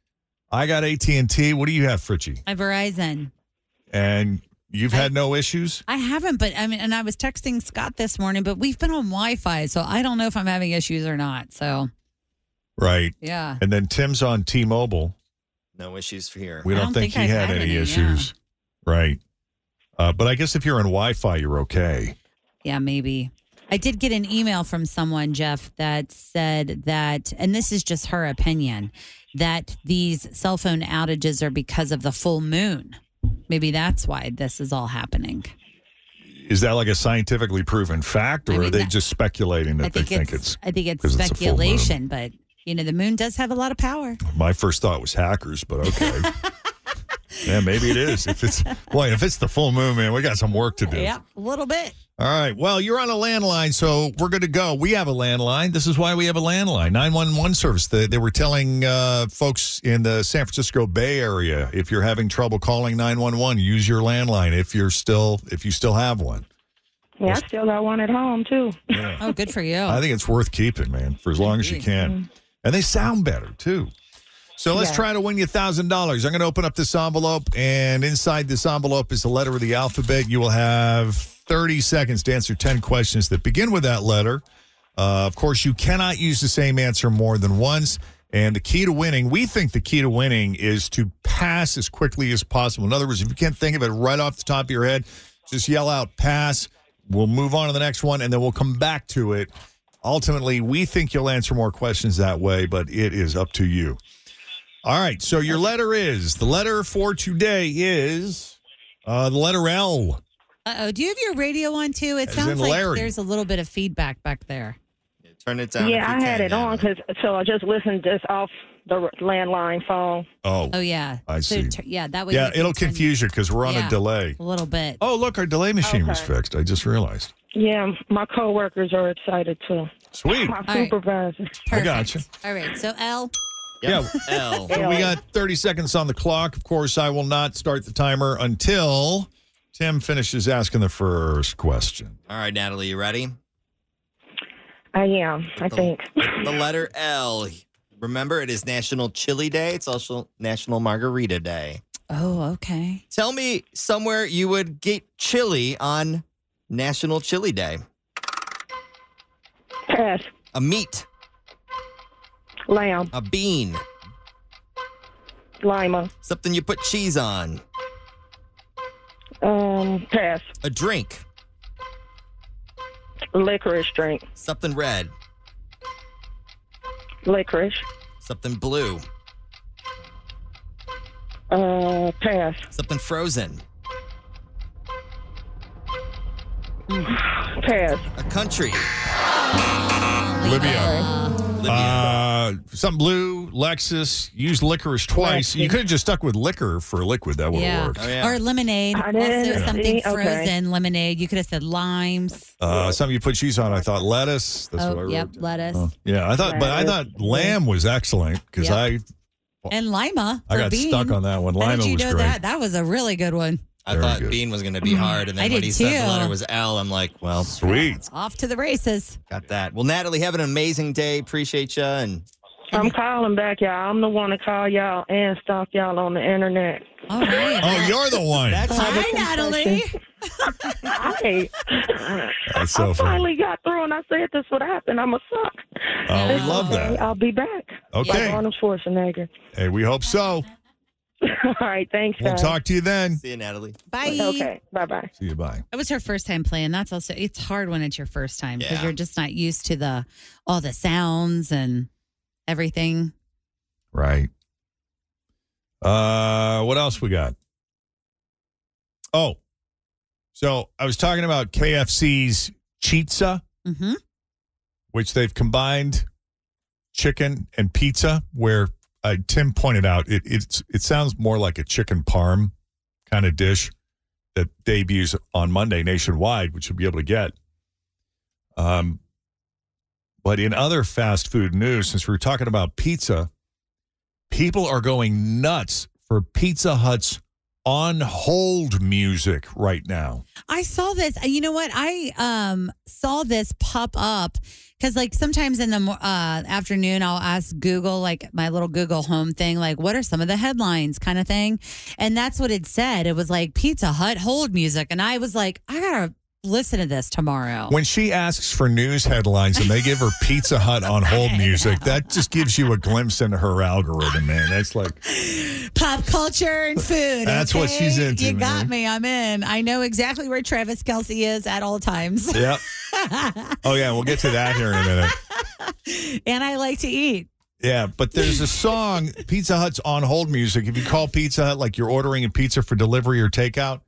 [SPEAKER 5] I got AT and T. What do you have, Fritchie?
[SPEAKER 11] At Verizon.
[SPEAKER 5] And you've had no issues.
[SPEAKER 11] I haven't, but I mean, and I was texting Scott this morning, but we've been on Wi Fi, so I don't know if I'm having issues or not. So,
[SPEAKER 5] Right.
[SPEAKER 11] Yeah.
[SPEAKER 5] And then Tim's on T Mobile.
[SPEAKER 12] No issues for here.
[SPEAKER 5] We don't, think, he
[SPEAKER 12] I
[SPEAKER 5] had
[SPEAKER 12] have
[SPEAKER 5] any,
[SPEAKER 12] any,
[SPEAKER 5] issues. Right. Uh, but I guess if you're on Wi Fi, you're okay.
[SPEAKER 11] yeah, maybe. I did get an email from someone, Jeff, that said that, and this is just her opinion, that these cell phone outages are because of the full moon. Maybe that's why this is all happening.
[SPEAKER 5] Is that like a scientifically proven fact, or are they just speculating that they think it's?
[SPEAKER 11] I think it's
[SPEAKER 5] 'cause a full moon?
[SPEAKER 11] speculation, but you know, the moon does have a lot of power.
[SPEAKER 5] My first thought was hackers, but okay. yeah, maybe it is. If it's boy, if it's the full moon, man, we got some work to do.
[SPEAKER 11] Yep, a little bit.
[SPEAKER 5] All right. Well, you're on a landline, so we're good to go. We have a landline. This is why we have a landline. 911 service. They, they were telling uh, folks in the San Francisco Bay Area if you're having trouble calling 911, use your landline if you're still if you still have one.
[SPEAKER 15] Yeah, I still got one at home too.
[SPEAKER 11] Oh, good for you.
[SPEAKER 5] I think it's worth keeping, man, for as long as you can. And they sound better too. So let's
[SPEAKER 15] Yeah.
[SPEAKER 5] try to win you thousand dollars. I'm going to open up this envelope, and inside this envelope is the letter of the alphabet. You will have 30 seconds to answer 10 questions that begin with that letter. Uh, of course, you cannot use the same answer more than once. And the key to winning, we think the key to winning is to pass as quickly as possible. In other words, if you can't think of it right off the top of your head, just yell out pass. We'll move on to the next one, and then we'll come back to it. Ultimately, we think you'll answer more questions that way, but it is up to you. All right. So your letter is the letter for today is uh, the letter L.
[SPEAKER 11] Uh oh, do you have your radio on too? It
[SPEAKER 5] As
[SPEAKER 11] sounds
[SPEAKER 5] in
[SPEAKER 11] like
[SPEAKER 5] Larry.
[SPEAKER 11] there's a little bit of feedback back there.
[SPEAKER 12] Turn it
[SPEAKER 15] Yeah, I had it on because so I just listened just off the landline phone.
[SPEAKER 5] Oh,
[SPEAKER 11] Oh yeah,
[SPEAKER 5] I
[SPEAKER 11] So
[SPEAKER 5] see.
[SPEAKER 11] tur- yeah, that way.
[SPEAKER 5] yeah,
[SPEAKER 11] you can
[SPEAKER 5] it'll
[SPEAKER 11] turn-
[SPEAKER 5] confuse you because we're on
[SPEAKER 11] Yeah,
[SPEAKER 5] a delay.
[SPEAKER 11] a little bit.
[SPEAKER 5] Oh, look, our delay machine was fixed. I just realized.
[SPEAKER 15] Yeah, my coworkers are excited too.
[SPEAKER 5] Sweet.
[SPEAKER 15] My
[SPEAKER 5] All right.
[SPEAKER 15] supervisor.
[SPEAKER 5] I gotcha.
[SPEAKER 11] All right, so L.
[SPEAKER 5] Yeah.
[SPEAKER 12] L.
[SPEAKER 5] So we got 30 seconds on the clock. Of course, I will not start the timer until Tim finishes asking the first question.
[SPEAKER 12] All right, Natalie, you ready?
[SPEAKER 15] I am. I think.
[SPEAKER 12] The letter L. Remember, it is National Chili Day. It's also National Margarita Day.
[SPEAKER 11] Oh, okay.
[SPEAKER 12] Tell me somewhere you would get chili on National Chili Day.
[SPEAKER 15] Pass.
[SPEAKER 12] A meat,
[SPEAKER 15] Lamb.
[SPEAKER 12] a bean,
[SPEAKER 15] Lima.
[SPEAKER 12] something you put cheese on,
[SPEAKER 15] Um. Pass.
[SPEAKER 12] a drink,
[SPEAKER 15] Licorice drink.
[SPEAKER 12] something red,
[SPEAKER 15] Licorice.
[SPEAKER 12] something blue,
[SPEAKER 15] Uh. Pass.
[SPEAKER 12] something frozen,
[SPEAKER 15] Pass.
[SPEAKER 12] a country.
[SPEAKER 5] Libya. Uh, something blue, Lexus, used licorice twice. You could have just stuck with liquor for liquid. That would have
[SPEAKER 11] Yeah.
[SPEAKER 5] worked.
[SPEAKER 11] or lemonade.
[SPEAKER 15] I
[SPEAKER 11] Also,
[SPEAKER 15] didn't
[SPEAKER 11] something
[SPEAKER 15] see- okay.
[SPEAKER 11] frozen lemonade. You could have said limes.
[SPEAKER 5] Uh, something you put cheese on, I thought lettuce. That's what I
[SPEAKER 11] oh,
[SPEAKER 5] wrote.
[SPEAKER 11] yep, lettuce
[SPEAKER 5] Yeah, I thought, but I thought lamb was excellent because I
[SPEAKER 11] and lima.
[SPEAKER 5] I
[SPEAKER 11] for
[SPEAKER 5] got
[SPEAKER 11] bean.
[SPEAKER 5] stuck on that one.
[SPEAKER 11] How
[SPEAKER 5] Lima
[SPEAKER 11] did you
[SPEAKER 5] was
[SPEAKER 11] know
[SPEAKER 5] great.
[SPEAKER 11] that? That was a really good one.
[SPEAKER 12] I thought bean was going to be hard, and
[SPEAKER 11] I
[SPEAKER 12] then when
[SPEAKER 11] did
[SPEAKER 12] he said
[SPEAKER 11] too.
[SPEAKER 12] the letter was L, I'm like, well,
[SPEAKER 5] sweet,
[SPEAKER 11] Off to the races.
[SPEAKER 12] got that. Well, Natalie, have an amazing day. Appreciate you, and
[SPEAKER 15] I'm calling back, y'all. I'm the one to call y'all and stalk y'all on the internet.
[SPEAKER 11] All right.
[SPEAKER 5] Oh, you're the one.
[SPEAKER 11] Hi, Natalie.
[SPEAKER 15] Hi.
[SPEAKER 5] That's so
[SPEAKER 15] I
[SPEAKER 5] funny.
[SPEAKER 15] finally got through and I said this would happen. I'm a suck.
[SPEAKER 5] Oh, we
[SPEAKER 15] It's
[SPEAKER 5] love
[SPEAKER 15] okay.
[SPEAKER 5] that.
[SPEAKER 15] I'll be back.
[SPEAKER 5] Okay.
[SPEAKER 15] Like Arnold Schwarzenegger.
[SPEAKER 5] Hey, we hope so.
[SPEAKER 15] All right. Thanks,
[SPEAKER 5] We'll
[SPEAKER 15] guys.
[SPEAKER 5] talk to you then.
[SPEAKER 12] See you, Natalie.
[SPEAKER 11] Bye.
[SPEAKER 15] Okay. Bye bye.
[SPEAKER 5] See you. Bye.
[SPEAKER 11] That was her first time playing. That's also it's hard when it's your first time because
[SPEAKER 12] Yeah.
[SPEAKER 11] you're just not used to the all the sounds and everything.
[SPEAKER 5] Right. Uh, what else we got? Oh, so I was talking about KFC's Chitza,
[SPEAKER 11] Mm-hmm.
[SPEAKER 5] which they've combined chicken and pizza. Where uh, Tim pointed out, it it's it sounds more like a chicken parm kind of dish that debuts on Monday nationwide, which you'll be able to get. Um, but in other fast food news, since we were talking about pizza, people are going nuts for Pizza Hut's on hold music right now.
[SPEAKER 11] I saw this. You know what? I um saw this pop up because like sometimes in the mo- uh, afternoon I'll ask Google like my little Google Home thing like what are some of the headlines kind of thing, and that's what it said. It was like Pizza Hut hold music, and I was like, I gotta listen to this tomorrow.
[SPEAKER 5] When she asks for news headlines and they give her Pizza Hut on hold music, that just gives you a glimpse into her algorithm, man. That's like
[SPEAKER 11] Pop culture and food.
[SPEAKER 5] That's what
[SPEAKER 11] okay?
[SPEAKER 5] she's into,
[SPEAKER 11] You got
[SPEAKER 5] man.
[SPEAKER 11] me. I'm in. I know exactly where Travis Kelsey is at all times,
[SPEAKER 5] Yep. Oh yeah, we'll get to that here in a minute.
[SPEAKER 11] and I like to eat.
[SPEAKER 5] Yeah, but there's a song Pizza Hut's on hold music. If you call Pizza Hut like you're ordering a pizza for delivery or takeout,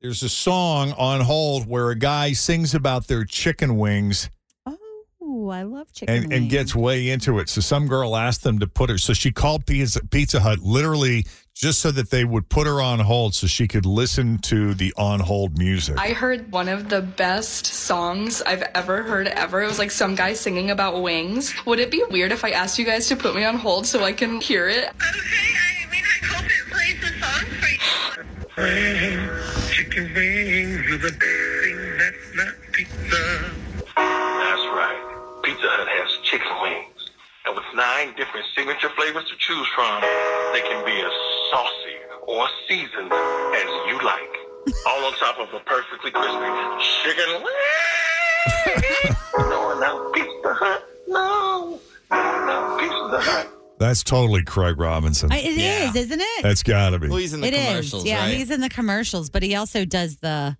[SPEAKER 5] there's a song on hold where a guy sings about their chicken wings
[SPEAKER 11] Ooh, Oh, I love chicken.
[SPEAKER 5] and, and gets way into it. So some girl asked them to put her. So she called Pizza, Pizza Hut literally just so that they would put her on hold so she could listen to the on hold music.
[SPEAKER 16] I heard one of the best songs I've ever heard ever. It was like some guy singing about wings. Would it be weird if I asked you guys to put me on hold so I can hear it?
[SPEAKER 10] Chicken wings are the best thing that's not pizza.
[SPEAKER 17] That's right. Pizza Hut has chicken wings. And with nine different signature flavors to choose from, they can be as saucy or seasoned as you like. All on top of a perfectly crispy chicken wing. no, not Pizza Hut. No. No, not Pizza Hut.
[SPEAKER 5] That's totally Craig Robinson.
[SPEAKER 11] I, it is, isn't it?
[SPEAKER 5] That's got to be.
[SPEAKER 11] It is. Yeah, he's in the commercials, but he also does the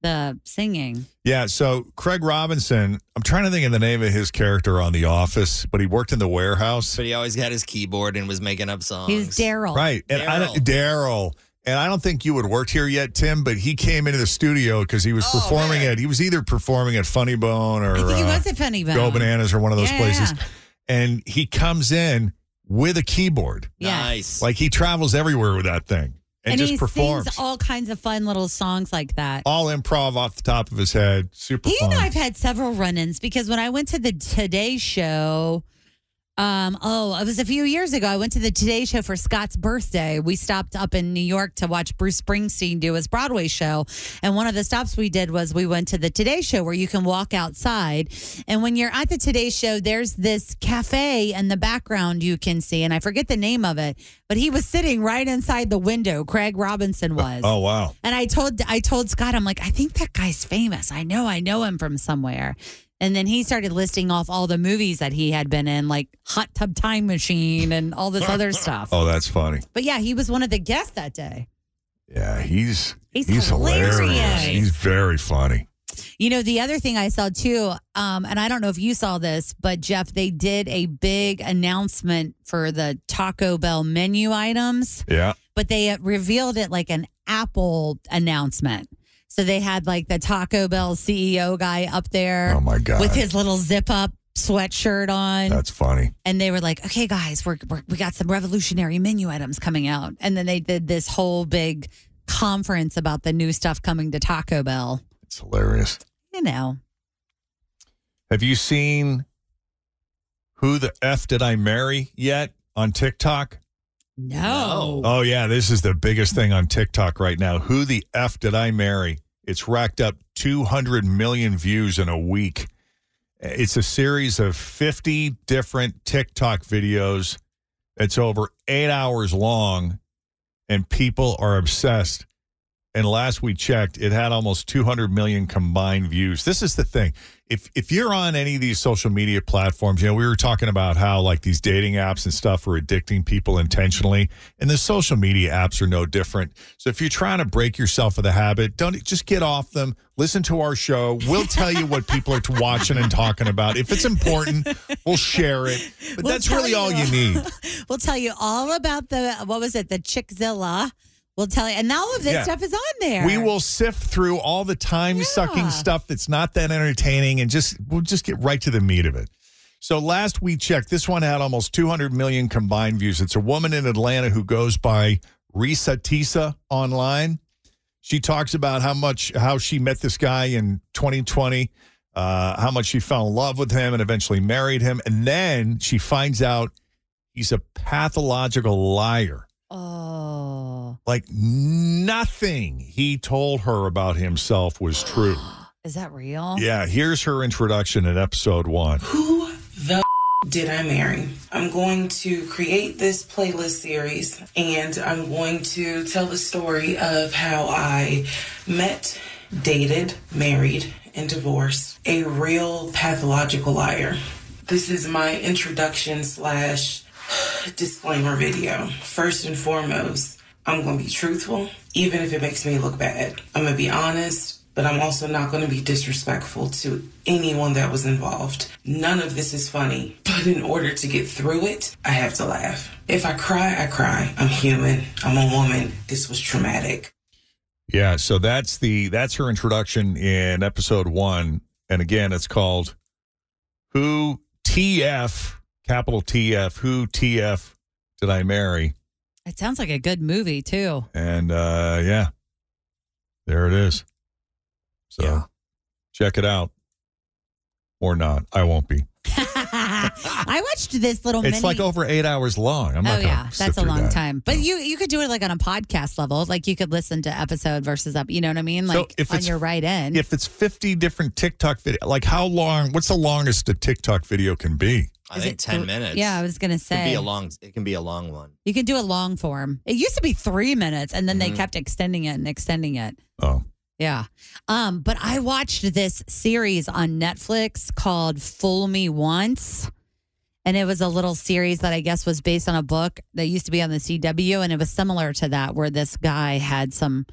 [SPEAKER 11] the singing.
[SPEAKER 5] Yeah, so Craig Robinson, I'm trying to think of the name of his character on The Office, but he worked in the warehouse.
[SPEAKER 12] But he always had his keyboard and was making up songs.
[SPEAKER 11] He's Daryl.
[SPEAKER 5] Right. And I don't Daryl. And I don't think you had worked here yet, Tim, but he came into the studio because he was performing at he was either performing at Funny Bone or
[SPEAKER 11] I think Oh, he
[SPEAKER 5] uh,
[SPEAKER 11] was at Funny Bone.
[SPEAKER 5] Go Bananas or one of those
[SPEAKER 11] Yeah,
[SPEAKER 5] places.
[SPEAKER 11] yeah.
[SPEAKER 5] And he comes in with a keyboard.
[SPEAKER 11] Yes.
[SPEAKER 12] Nice.
[SPEAKER 5] Like he travels everywhere with that thing and, just
[SPEAKER 11] he
[SPEAKER 5] performs.
[SPEAKER 11] sings all kinds of fun little songs like that.
[SPEAKER 5] all improv off the top of his head. Super
[SPEAKER 11] You
[SPEAKER 5] fun.
[SPEAKER 11] know, I've had several run-ins because when I went to the Today Show, um, oh, it was a few years ago. I went to the Today Show for Scott's birthday. We stopped up in New York to watch Bruce Springsteen do his Broadway show, and one of the stops we did was we went to the Today Show where you can walk outside, and when you're at the Today Show, there's this cafe in the background you can see, and I forget the name of it, but he was sitting right inside the window. Craig Robinson was.
[SPEAKER 5] oh wow.
[SPEAKER 11] And I told I told Scott, I'm like, I think that guy's famous. I know I know him from somewhere. And then he started listing off all the movies that he had been in, like Hot Tub Time Machine and all this other stuff.
[SPEAKER 5] Oh, that's funny.
[SPEAKER 11] But yeah, he was one of the guests that day.
[SPEAKER 5] Yeah, he's
[SPEAKER 11] He's
[SPEAKER 5] he's, hilarious.
[SPEAKER 11] hilarious.
[SPEAKER 5] He's very funny.
[SPEAKER 11] You know, the other thing I saw too, um, and I don't know if you saw this, but Jeff, they did a big announcement for the Taco Bell menu items.
[SPEAKER 5] Yeah.
[SPEAKER 11] but they revealed it like an Apple announcement. So they had like the Taco Bell CEO guy up there.
[SPEAKER 5] Oh my god.
[SPEAKER 11] With his little zip up sweatshirt on.
[SPEAKER 5] That's funny.
[SPEAKER 11] and they were like, "Okay, guys, we're, we're we got some revolutionary menu items coming out." And then they did this whole big conference about the new stuff coming to Taco Bell.
[SPEAKER 5] It's hilarious.
[SPEAKER 11] You know,
[SPEAKER 5] Have you seen Who the F Did I Marry yet on TikTok?
[SPEAKER 11] no,
[SPEAKER 5] Oh yeah, this is the biggest thing on TikTok right now. Who the F Did I Marry? It's racked up 200 million views in a week. It's a series of 50 different TikTok videos. It's over 8 hours long and people are obsessed. And last we checked, it had almost 200 million combined views. This is the thing. If if you're on any of these social media platforms, you know, we were talking about how like these dating apps and stuff are addicting people intentionally, and the social media apps are no different. So if you're trying to break yourself of the habit, don't just get off them. Listen to our show. We'll tell you what people are watching and talking about. If it's important, we'll share it. But
[SPEAKER 11] We'll
[SPEAKER 5] that's
[SPEAKER 11] tell
[SPEAKER 5] really all you need.
[SPEAKER 11] we'll tell you all about the what was it, the Chickzilla. We'll tell you, and all of this
[SPEAKER 5] Yeah.
[SPEAKER 11] stuff is on there.
[SPEAKER 5] We will sift through all the time sucking stuff that's not that entertaining and just we'll just get right to the meat of it. So last we checked, this one had almost 200 million combined views. It's a woman in Atlanta who goes by Risa Tisa online. She talks about how much how she met this guy in 2020, uh, how much she fell in love with him and eventually married him, and then she finds out he's a pathological liar.
[SPEAKER 11] Oh,
[SPEAKER 5] Like nothing he told her about himself was true.
[SPEAKER 11] Is that real?
[SPEAKER 5] Yeah, here's her introduction in episode one.
[SPEAKER 18] Who the did I marry? I'm going to create this playlist series and I'm going to tell the story of how I met, dated, married, and divorced a real pathological liar. This is my introduction slash disclaimer video. First and foremost, I'm going to be truthful, even if it makes me look bad. I'm going to be honest, but I'm also not going to be disrespectful to anyone that was involved. None of this is funny, but in order to get through it, I have to laugh. If I cry, I cry. I'm human. I'm a woman. This was traumatic.
[SPEAKER 5] Yeah, so that's the that's her introduction in episode one, and again, it's called "Who TF Capital TF Who TF Did I Marry?"
[SPEAKER 11] It sounds like a good movie too.
[SPEAKER 5] And uh yeah, there it is. So check it out, or not. I won't be.
[SPEAKER 11] I watched this little
[SPEAKER 5] it's
[SPEAKER 11] mini.
[SPEAKER 5] like over eight hours long. I'm not.
[SPEAKER 11] oh
[SPEAKER 5] gonna
[SPEAKER 11] yeah,
[SPEAKER 5] sit
[SPEAKER 11] that's a
[SPEAKER 5] through
[SPEAKER 11] long
[SPEAKER 5] that.
[SPEAKER 11] time. But you you could do it like on a podcast level. Like you could listen to episode versus up. You know what I mean?
[SPEAKER 5] So
[SPEAKER 11] Like
[SPEAKER 5] if
[SPEAKER 11] on
[SPEAKER 5] it's-
[SPEAKER 11] your right end.
[SPEAKER 5] If it's 50 different TikTok video, like how long? What's the longest a TikTok video can be?
[SPEAKER 12] I think ten minutes.
[SPEAKER 11] yeah, I was gonna
[SPEAKER 12] It can
[SPEAKER 11] say
[SPEAKER 12] be a long. It can be a long one.
[SPEAKER 11] you can do a long form. It used to be three minutes, and then
[SPEAKER 12] Mhm.
[SPEAKER 11] they kept extending it and extending it.
[SPEAKER 5] Oh.
[SPEAKER 11] Yeah. Um, but I watched this series on Netflix called Fool Me Once. And it was a little series that I guess was based on a book that used to be on the CW. And it was similar to that, where this guy had some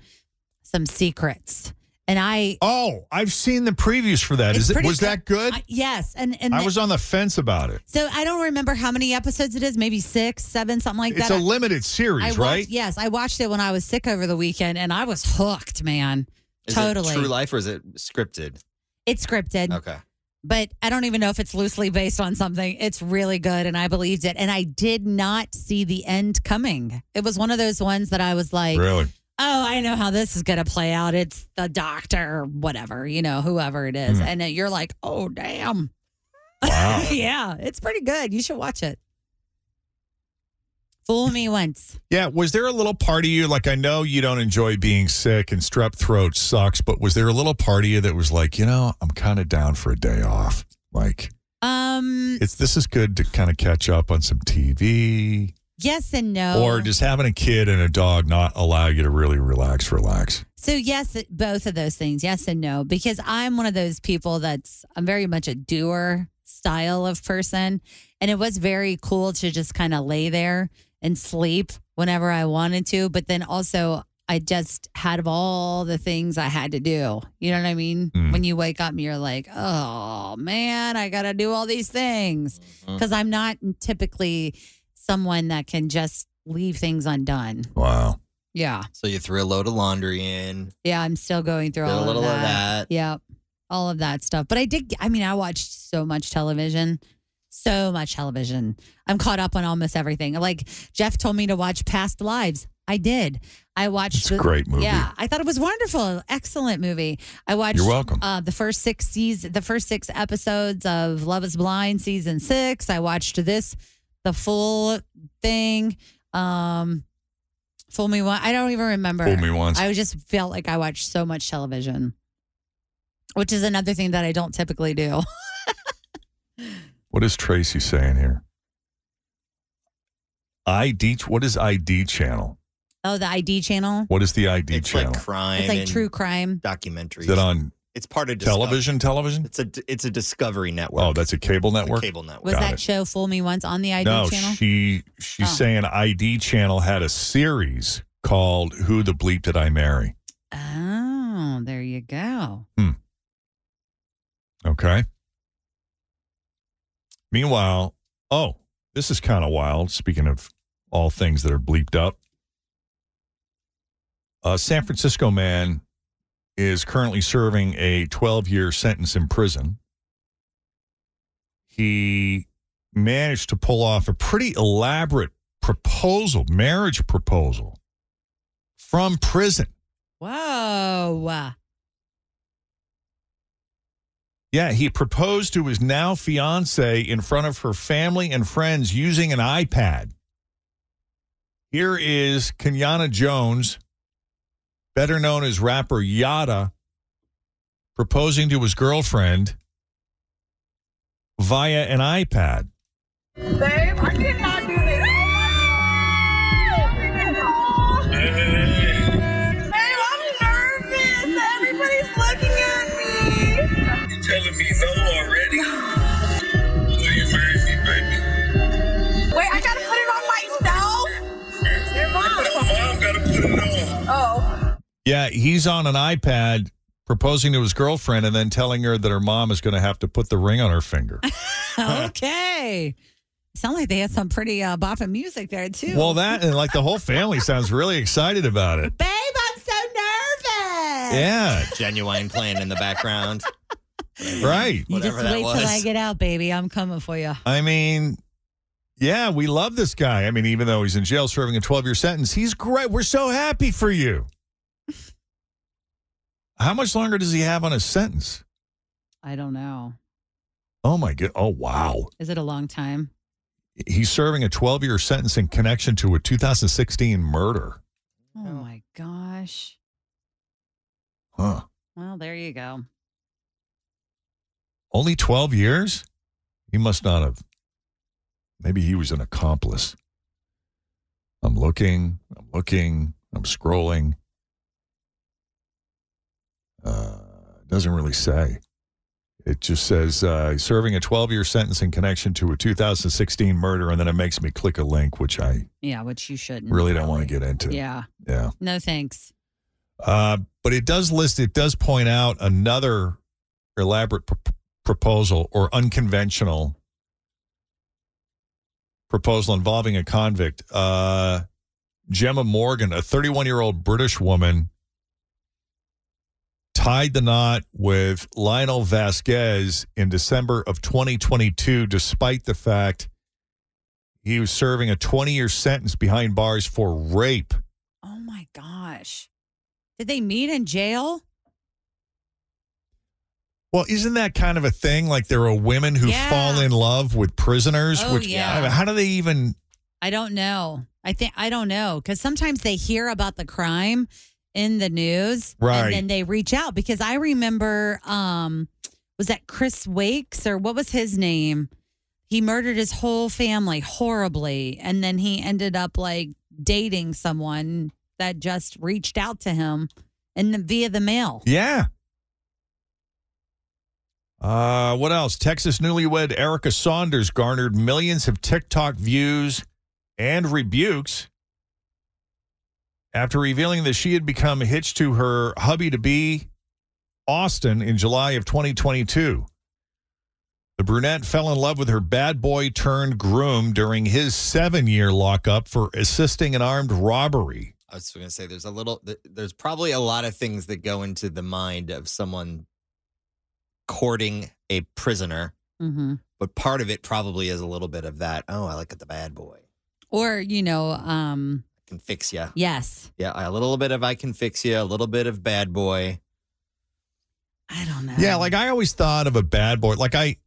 [SPEAKER 11] some secrets. And I
[SPEAKER 5] Oh, I've seen the previews for that.
[SPEAKER 11] It's
[SPEAKER 5] Is it
[SPEAKER 11] pretty
[SPEAKER 5] was that good?
[SPEAKER 11] I- yes. And and
[SPEAKER 5] I was on the fence about it.
[SPEAKER 11] so I don't remember how many episodes it is, maybe six, seven, something like
[SPEAKER 5] It's
[SPEAKER 11] that.
[SPEAKER 5] a limited series,
[SPEAKER 11] I watched,
[SPEAKER 5] right?
[SPEAKER 11] Yes. I watched it when I was sick over the weekend and I was hooked, man.
[SPEAKER 12] Is
[SPEAKER 11] totally.
[SPEAKER 12] it true life or is it scripted?
[SPEAKER 11] It's scripted.
[SPEAKER 12] Okay.
[SPEAKER 11] but I don't even know if it's loosely based on something. It's really good, and I believed it. And I did not see the end coming. It was one of those ones that I was like,
[SPEAKER 5] Really?
[SPEAKER 11] "Oh, I know how this is going to play out. It's the doctor, whatever, you know, whoever it is."
[SPEAKER 5] Hmm.
[SPEAKER 11] And then you're like, "Oh, damn,
[SPEAKER 5] Wow.
[SPEAKER 11] yeah, it's pretty good. You should watch it." Fool me once.
[SPEAKER 5] Yeah. Was there a little part of you, like I know you don't enjoy being sick and strep throat sucks, but was there a little part of you that was like, you know, I'm kind of down for a day off? Like,
[SPEAKER 11] Um,
[SPEAKER 5] it's this is good to kind of catch up on some TV.
[SPEAKER 11] yes and no.
[SPEAKER 5] Or does having a kid and a dog not allow you to really relax, relax?
[SPEAKER 11] So yes, it- both of those things, yes and no, because I'm one of those people that's I'm very much a doer style of person, and it was very cool to just kind of lay there and sleep whenever I wanted to, but then also I just had of all the things I had to do. You know what I mean?
[SPEAKER 5] Mm.
[SPEAKER 11] When you wake up and you're like, "Oh man, I got to do all these things."
[SPEAKER 12] Uh-huh.
[SPEAKER 11] Cuz I'm not typically someone that can just leave things undone.
[SPEAKER 5] Wow.
[SPEAKER 11] Yeah.
[SPEAKER 12] So you threw a load of laundry in.
[SPEAKER 11] Yeah, I'm still going through
[SPEAKER 12] Did a
[SPEAKER 11] all
[SPEAKER 12] little
[SPEAKER 11] of
[SPEAKER 12] of
[SPEAKER 11] that.
[SPEAKER 12] that.
[SPEAKER 11] Yeah, all of that stuff. But I did. I mean, I watched so much television, so much television. I'm caught up on almost everything. Like Jeff told me to watch Past Lives. I did. I watched.
[SPEAKER 5] It's a great movie.
[SPEAKER 11] Yeah, I thought it was wonderful. Excellent movie. I watched.
[SPEAKER 5] You're welcome.
[SPEAKER 11] Uh, the first six season, the first six episodes of Love Is Blind season six. I watched this, the full thing. Um, Fool me once. I don't even remember.
[SPEAKER 5] Fool me once.
[SPEAKER 11] I just felt like I watched so much television, which is another thing that I don't typically do.
[SPEAKER 5] What is Tracy saying here? ID. What is ID channel?
[SPEAKER 11] oh, the ID channel.
[SPEAKER 5] What is the ID
[SPEAKER 12] It's
[SPEAKER 5] channel?
[SPEAKER 12] like crime.
[SPEAKER 11] It's like
[SPEAKER 12] and
[SPEAKER 11] true crime.
[SPEAKER 12] documentaries.
[SPEAKER 5] is that on
[SPEAKER 12] It's part of Discovery.
[SPEAKER 5] television? Television?
[SPEAKER 12] It's a it's a Discovery network.
[SPEAKER 5] Oh, that's a cable
[SPEAKER 12] It's a
[SPEAKER 5] network.
[SPEAKER 12] cable network.
[SPEAKER 11] Was
[SPEAKER 5] Got
[SPEAKER 11] that
[SPEAKER 5] it.
[SPEAKER 11] show Fool Me Once on the ID
[SPEAKER 5] no,
[SPEAKER 11] channel?
[SPEAKER 5] she she's
[SPEAKER 11] Oh.
[SPEAKER 5] saying ID channel had a series called "Who the Bleep Did I Marry?"
[SPEAKER 11] oh, there you go.
[SPEAKER 5] Okay. Meanwhile, oh, this is kind of wild. Speaking of all things that are bleeped up, a San Francisco man is currently serving a 12 year sentence in prison. He managed to pull off a pretty elaborate proposal, marriage proposal from prison.
[SPEAKER 11] Whoa.
[SPEAKER 5] Yeah, he proposed to his now fiance in front of her family and friends using an iPad. Here is Kenyana Jones, better known as rapper Yada, proposing to his girlfriend via an iPad.
[SPEAKER 10] Babe, I cannot do this. Babe, I'm nervous. Everybody's looking at me. You telling me no already? Will you marry me, baby? Wait, I gotta put it on myself. Your mom. Mom gotta put it on. Oh.
[SPEAKER 5] Yeah, he's on an iPad proposing to his girlfriend and then telling her that her mom is going to have to put the ring on her finger.
[SPEAKER 11] okay. Sound like they had some pretty uh, bopping music there too.
[SPEAKER 5] well, that and like the whole family sounds really excited about it.
[SPEAKER 11] babe, I'm so nervous.
[SPEAKER 5] Yeah.
[SPEAKER 12] Genuine playing in the background.
[SPEAKER 5] Right.
[SPEAKER 11] You
[SPEAKER 12] Whatever
[SPEAKER 11] just
[SPEAKER 12] that
[SPEAKER 11] wait
[SPEAKER 12] was.
[SPEAKER 11] till I get out, baby. I'm coming for you.
[SPEAKER 5] I mean, yeah, we love this guy. I mean, even though he's in jail serving a 12 year sentence, he's great. We're so happy for you. How much longer does he have on his sentence?
[SPEAKER 11] I don't know.
[SPEAKER 5] Oh, my God. Oh, wow.
[SPEAKER 11] Is it a long time?
[SPEAKER 5] He's serving a 12 year sentence in connection to a 2016 murder.
[SPEAKER 11] Oh my gosh.
[SPEAKER 5] Huh.
[SPEAKER 11] Well, there you go.
[SPEAKER 5] Only 12 years? He must not have. Maybe he was an accomplice. I'm looking, I'm looking, I'm scrolling. Uh, it doesn't really say. It just says uh, serving a 12 year sentence in connection to a 2016 murder, and then it makes me click a link, which I
[SPEAKER 11] Yeah, which you shouldn't.
[SPEAKER 5] really don't want to get into.
[SPEAKER 11] Yeah.
[SPEAKER 5] Yeah.
[SPEAKER 11] No thanks.
[SPEAKER 5] Uh, but it does list, it does point out another elaborate pr- proposal or unconventional proposal involving a convict. Uh, Gemma Morgan, a 31 year old British woman, tied the knot with Lionel Vasquez in December of 2022, despite the fact he was serving a 20 year sentence behind bars for rape.
[SPEAKER 11] Oh my gosh. Did they meet in jail?
[SPEAKER 5] Well, isn't that kind of a thing? Like there are women who
[SPEAKER 11] Yeah.
[SPEAKER 5] fall in love with prisoners.
[SPEAKER 11] Oh,
[SPEAKER 5] which
[SPEAKER 11] yeah.
[SPEAKER 5] I mean, how do they even?
[SPEAKER 11] I don't know. I think I don't know because sometimes they hear about the crime in the news,
[SPEAKER 5] Right.
[SPEAKER 11] And then they reach out because I remember, um, was that Chris Wakes or what was his name? He murdered his whole family horribly, and then he ended up like dating someone that just reached out to him and via the mail.
[SPEAKER 5] Yeah. Uh, what else? Texas newlywed Erica Saunders garnered millions of TikTok views and rebukes after revealing that she had become hitched to her hubby to be Austin in July of 2022. The brunette fell in love with her bad boy turned groom during his seven year lockup for assisting an armed robbery.
[SPEAKER 12] I was going to say there's a little th- there's probably a lot of things that go into the mind of someone courting a prisoner,
[SPEAKER 11] Mm-hmm.
[SPEAKER 12] but part of it probably is a little bit of that. Oh, I look at the bad boy.
[SPEAKER 11] Or you know, um,
[SPEAKER 12] I can fix you.
[SPEAKER 11] yes,
[SPEAKER 12] Yeah, a little bit of I can fix you, a little bit of bad boy.
[SPEAKER 11] I don't know.
[SPEAKER 5] Yeah, like I always thought of a bad boy. Like I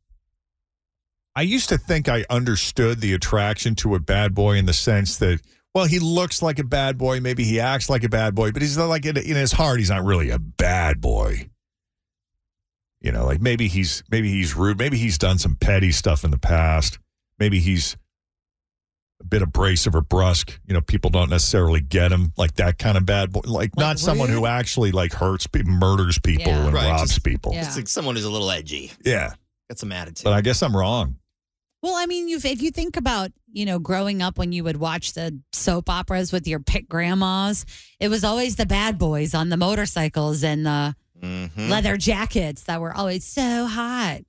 [SPEAKER 5] I used to think I understood the attraction to a bad boy in the sense that well, he looks like a bad boy, maybe he acts like a bad boy, but he's not like in, in his heart he's not really a bad boy. You know, like maybe he's maybe he's rude, maybe he's done some petty stuff in the past. Maybe he's a bit abrasive or brusque. You know, people don't necessarily get him like that kind of bad boy. Like, not someone who actually like hurts, pe- murders people,
[SPEAKER 11] Yeah.
[SPEAKER 5] and
[SPEAKER 12] Right,
[SPEAKER 5] robs
[SPEAKER 12] just-
[SPEAKER 5] people.
[SPEAKER 12] It's like someone who's a little edgy.
[SPEAKER 5] Yeah.
[SPEAKER 12] Got some attitude.
[SPEAKER 5] But I guess I'm wrong.
[SPEAKER 11] Well, I mean, you've, if you think about, you know, growing up when you would watch the soap operas with your pit grandmas, it was always the bad boys on the motorcycles and the
[SPEAKER 5] Mm-hmm.
[SPEAKER 12] Mhm.
[SPEAKER 11] leather jackets that were always so hot.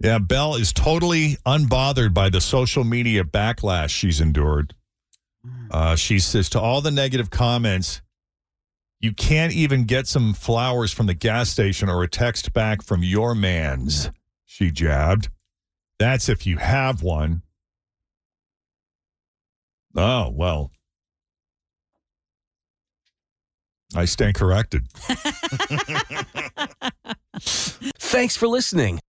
[SPEAKER 5] Yeah, Belle is totally unbothered by the social media backlash she's endured. Uh, she says to all the negative comments, you can't even get some flowers from the gas station or a text back from your man's, she jabbed. That's if you have one. Oh, well. I stand corrected.
[SPEAKER 2] Thanks for listening